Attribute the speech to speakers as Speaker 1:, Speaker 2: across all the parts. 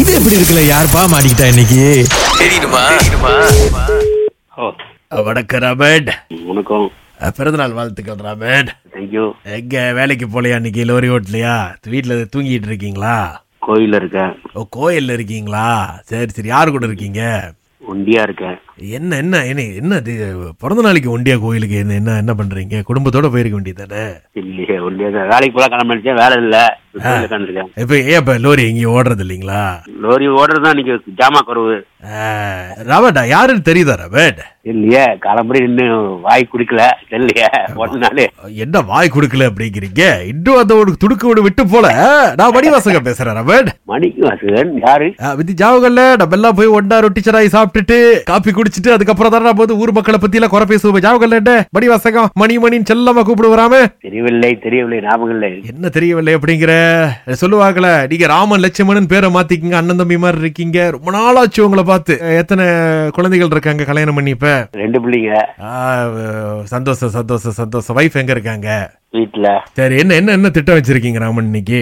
Speaker 1: இது எப்படி இருக்குல்ல யாருப்பா மாட்டிக்கிட்டா இன்னைக்கு
Speaker 2: ஓ
Speaker 1: வணக்கம் ராமன்
Speaker 2: வணக்கம்
Speaker 1: பிறந்தநாள் வாழ்த்துக்கள் ராமன்
Speaker 2: தேங்க்யூ
Speaker 1: எங்க வேலைக்கு போலையா இன்னைக்கு லோரி ஓட்டலையா வீட்டுல தூங்கிட்டு இருக்கீங்களா
Speaker 2: கோயில்ல இருக்கேன்
Speaker 1: ஓ கோயில்ல இருக்கீங்களா சரி சரி யார் கூட இருக்கீங்க
Speaker 2: ஒண்டியா இருக்கேன்
Speaker 1: என்ன என்ன என்ன என்ன இது, பிறந்த நாளைக்கு ஒண்டியா கோயிலுக்கு என்ன என்ன என்ன பண்றீங்க குடும்பத்தோட போயிருக்க வேண்டியதானே
Speaker 2: இல்லையே ஒண்டியா தான் வேலைக்கு போல கிளம்ப நினைச்சேன் வேலை இல்ல கோயில்ல உட்காந்துருக்கேன்
Speaker 1: இப்ப ஏன் இப்ப லோரி எங்கேயும் ஓடுறது இல்லைங்களா
Speaker 2: லோரி ஓடுறது தான் இன்னைக்கு ஜாமா குறவு
Speaker 1: ராபர்டா யாருன்னு தெரியுதா ராபர்ட்
Speaker 2: இல்லையே கிளம்புற இன்னும் வாய் குடிக்கல இல்லையே ஒன்னாலே
Speaker 1: என்ன வாய் கொடுக்கல அப்படிங்கிறீங்க இன்னும் அந்த ஒரு துடுக்கு விடு விட்டு போல நான் மணிவாசக பேசுறேன் ரமன்
Speaker 2: மணிக்கு வாசகன் யாரு
Speaker 1: அஹ் விதி ஜாவகல்ல நம்ம எல்லாம் போய் ஒன்னா ரொட்டி சராய் சாப்பிட்டுட்டு காப்பி குடிச்சிட்டு அதுக்கப்புறம் தானே நம்ம வந்து ஊர் மக்களை பத்தி எல்லாம் குறை பேசுவோம் ஜாவகல்ல என்ன மணிவாசகம் மணி மணின்னு செல்லமா கூப்பிடுவாராம
Speaker 2: தெரியவில்லை தெரியவில்லை ஞாபகம் இல்லை
Speaker 1: என்ன தெரியவில்லை அப்படிங்கிற சொல்லுவாங்களே நீங்க ராமன் லட்சுமணன் பேரை மாத்திக்கிங்க அண்ணன் தம்பி மாதிரி இருக்கீங்க ரொம்ப நாளாச்சு உங்களை பார்த்து அஹ் எத்தனை குழந்தைகள் இருக்காங்க கல்யாணம் பண்ணி இப்ப
Speaker 2: ரெண்டு பிள்ளைங்க
Speaker 1: ஆஹ் சந்தோஷம் சந்தோஷம் சந்தோஷம் வைஃப் எங்க இருக்காங்க
Speaker 2: வீட்டுல
Speaker 1: சரி என்ன என்ன என்ன திட்டம் வச்சிருக்கீங்க ராமன் இன்னைக்கு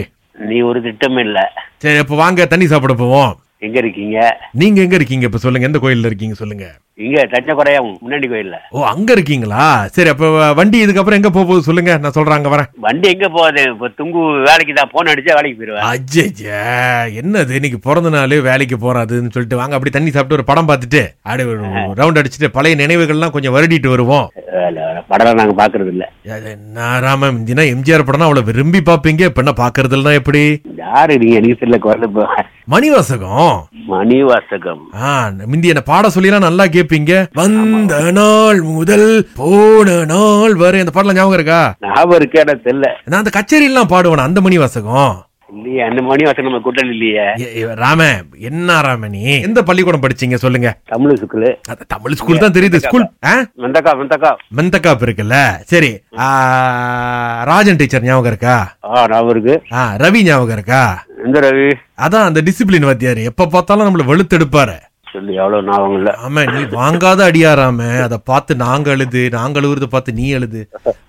Speaker 2: நீ ஒரு திட்டம் இல்ல
Speaker 1: சரி அப்ப வாங்க தண்ணி சாப்பிட போவோம்
Speaker 2: எங்க இருக்கீங்க
Speaker 1: நீங்க எங்க இருக்கீங்க இப்ப சொல்லுங்க எந்த கோயில்ல இருக்கீங்க சொல்லுங்க
Speaker 2: இங்க தச்சக்குறையா முன்னாடி கோயில்ல
Speaker 1: ஓ அங்க இருக்கீங்களா சரி அப்ப வண்டி இதுக்கப்புறம் எங்க போக போகுது சொல்லுங்க நான் சொல்றேன் அங்க வரேன்
Speaker 2: வண்டி எங்க போகுது இப்ப துங்கு வேலைக்கு தான் போன் அடிச்சா வேலைக்கு போயிருவேன்
Speaker 1: அஜ்ஜே என்னது இன்னைக்கு பிறந்த நாள் வேலைக்கு போறாதுன்னு சொல்லிட்டு வாங்க அப்படி தண்ணி சாப்பிட்டு ஒரு படம் பார்த்துட்டு அப்படியே ஒரு ரவுண்ட் அடிச்சுட்டு பழைய நினைவுகள்லாம் கொஞ்சம் வருடிட்டு வருவோம்
Speaker 2: வேலை, வேலை. படம் நாங்க பாக்குறது இல்ல
Speaker 1: நாராம இந்தினா எம்ஜிஆர் படம்னா அவ்வளவு விரும்பி பாப்பீங்க இப்ப என்ன பாக்குறதுலாம் எப்படி
Speaker 2: யாரு நீங்க எனக்கு தெரியல குரல் இப்போ
Speaker 1: மணிவாசகம்
Speaker 2: மணி வாசகம்
Speaker 1: ஆ மிந்தி என்ன பாட சொல்லிலாம் நல்லா கேப்பீங்க வந்த நாள் முதல் போன நாள் வரை அந்த பாடலாம் ஞாபகம் இருக்கா
Speaker 2: ஞாபகம் இருக்கே எனக்கு தெரியல
Speaker 1: நான் அந்த கச்சேரியெல்லாம் பாடுவேன் அந்த மணி வாசகம்
Speaker 2: இல்லையே அந்த மணி வாசகம் நம்ம கூட்டம் இல்லையே
Speaker 1: ஏ- ஏ, ராம என்ன ராமணி எந்த பள்ளிக்கூடம் படிச்சீங்க சொல்லுங்க
Speaker 2: தமிழ் சுக்குலு
Speaker 1: அது தமிழ் ஸ்கூல் தான் தெரியுது ஸ்கூல் ஆ?
Speaker 2: வெந்தக்கா வெந்தக்கா
Speaker 1: மெந்தக்காப் இருக்குல்ல சரி ஆ, ராஜன் டீச்சர் ஞாபகம் இருக்கா
Speaker 2: ஆ ஞாபகம் இருக்கு
Speaker 1: ஆ ரவி ஞாபகம் இருக்கா
Speaker 2: எந்த ரவி
Speaker 1: அதான் அந்த டிசிப்ளின் வாத்தியார் எப்ப பார்த்தாலும் நம்மள வெளுத்தெடுப்பாரு
Speaker 2: சொல்லி எவ்வளவு ஞாபகம் இல்ல
Speaker 1: ஆமா நீ வாங்காத அடியாராம அத பார்த்து நாங்க அழுது நாங்க அழுகுறத பார்த்து நீ அழுது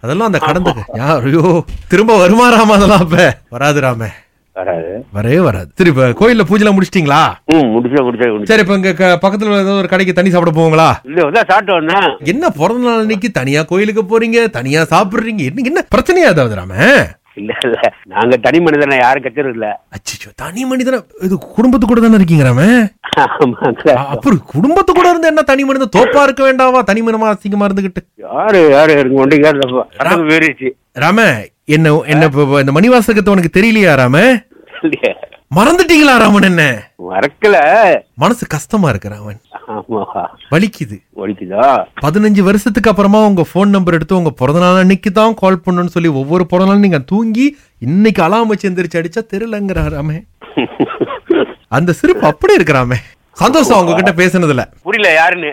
Speaker 1: அதெல்லாம் அந்த கடந்த யா- ஐயோ திரும்ப வருமா ராம அதெல்லாம் அப்ப வராது ராம
Speaker 2: வராது
Speaker 1: வரவே வராது சரி இப்ப கோயில்ல பூஜைலாம் முடிச்சிட்டீங்களா
Speaker 2: ம் முடிச்சா முடிச்சா முடிச்சு
Speaker 1: சரி இப்ப இங்க க- பக்கத்துல உள்ள ஏதாவது ஒரு கடைக்கு தண்ணி சாப்பிட போவீங்களா
Speaker 2: இல்ல வந்து சாப்பிட்டு வந்தேன்
Speaker 1: என்ன பிறந்த நாள் அன்னைக்கு தனியா கோயிலுக்கு போறீங்க தனியா சாப்பிடுறீங்க என்ன என்ன பிரச்சனையா ஏதாவது ராம
Speaker 2: இல்ல இல்ல நாங்க தனி மனிதனை யாரும் கத்துறது இல்ல
Speaker 1: அச்சோ தனி மனிதன இது குடும்பத்து கூட தானே இருக்கீங்க ராம
Speaker 2: ஆமாங்க
Speaker 1: அப்புறம் குடும்பத்து கூட இருந்து என்ன தனி மனிதன் தோப்பா இருக்க வேண்டாமா தனி மனிதமா அசிங்கமா இருந்துகிட்டு
Speaker 2: யாரு யாரு இருக்கு ஒண்டி கேட்டு வேறிச்சு
Speaker 1: ராம என்ன என்ன இப்ப- இப்ப இந்த மணிவாசகத்தை உனக்கு தெரியலையா ராம
Speaker 2: இல்லையே
Speaker 1: மறந்துட்டீங்களா ராமன் என்ன
Speaker 2: மறக்கல
Speaker 1: மனசு கஷ்டமா இருக்கு ராமன்
Speaker 2: ஆமா
Speaker 1: வலிக்குது
Speaker 2: ஒழிக்குதா
Speaker 1: பதினஞ்சு வருஷத்துக்கு அப்புறமா உங்க ஃபோன் நம்பர் எடுத்து உங்க பிறந்த நாள் அன்னைக்கு தான் கால் பண்ணணும்னு சொல்லி ஒவ்வொரு பிறந்த நாளும் நீங்க தூங்கி இன்னைக்கு அலாம் வச்சு எந்திரிச்சு அடிச்சா தெரியலங்கிறா ராமே அந்த சிரிப்பு அப்படியே இருக்கிறாமே சந்தோஷம் உங்ககிட்ட பேசுனதுல
Speaker 2: புரியல யாருன்னு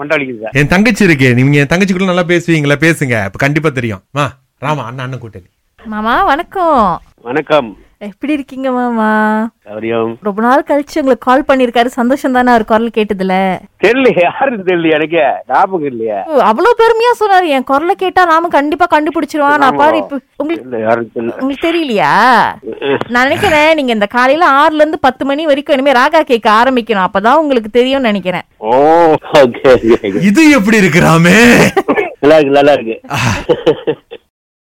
Speaker 2: மண்டை வலிக்குது
Speaker 1: என் தங்கச்சி இருக்கே நீங்க என் தங்கச்சிக்குள்ள நல்லா பேசுவீங்களா பேசுங்க இப்ப கண்டிப்பா தெரியும் மா ராமா அண்ணன் அண்ணன் கூட்டணி
Speaker 3: மாமா வணக்கம்
Speaker 2: வணக்கம்
Speaker 3: எப்படி இருக்கீங்க மாமா
Speaker 2: சௌரியம்
Speaker 3: ரொம்ப நாள் கழிச்சு உங்களுக்கு கால் பண்ணிருக்காரு சந்தோஷம் தானே அவர் குரல் கேட்டதுல
Speaker 2: தெரியல யாருன்னு தெரியல எனக்கு ஞாபகம் இல்லையா
Speaker 3: ஓ, அவ்வளவு பெருமையா சொன்னாரு என் குரலை கேட்டா நாம கண்டிப்பா கண்டுபிடிச்சிருவான் நான் பாரு இப்ப உங்களுக்கு
Speaker 2: தெரியல யாருன்னு தெரியல
Speaker 3: உங்களுக்கு தெரியலையா நான் நினைக்கிறேன் நீங்க இந்த காலையில ஆறுல இருந்து பத்து மணி வரைக்கும் இனிமே ராகா கேட்க ஆரம்பிக்கணும் அப்பதான் உங்களுக்கு தெரியும்னு நினைக்கிறேன்
Speaker 2: ஓ ஓகே
Speaker 1: இது எப்படி இருக்கிறாமே
Speaker 2: நல்லா இருக்கு நல்லா இருக்கு